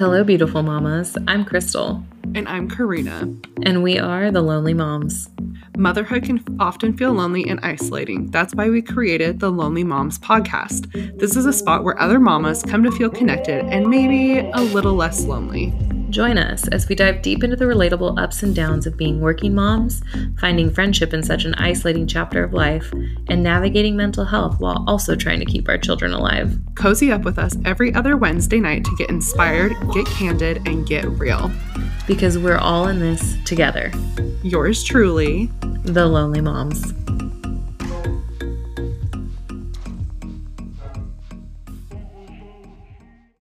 Hello, beautiful mamas. I'm Crystal, And I'm Karina. and we are the Lonely Moms. Motherhood can often feel lonely and isolating. That's why we created the Lonely Moms podcast. This is a spot where other mamas come to feel connected and maybe a little less lonely. Join us as we dive deep into the relatable ups and downs of being working moms, finding friendship in such an isolating chapter of life, and navigating mental health while also trying to keep our children alive. Cozy up with us every other Wednesday night to get inspired, get candid, and get real. Because we're all in this together, Yours truly, the Lonely Moms.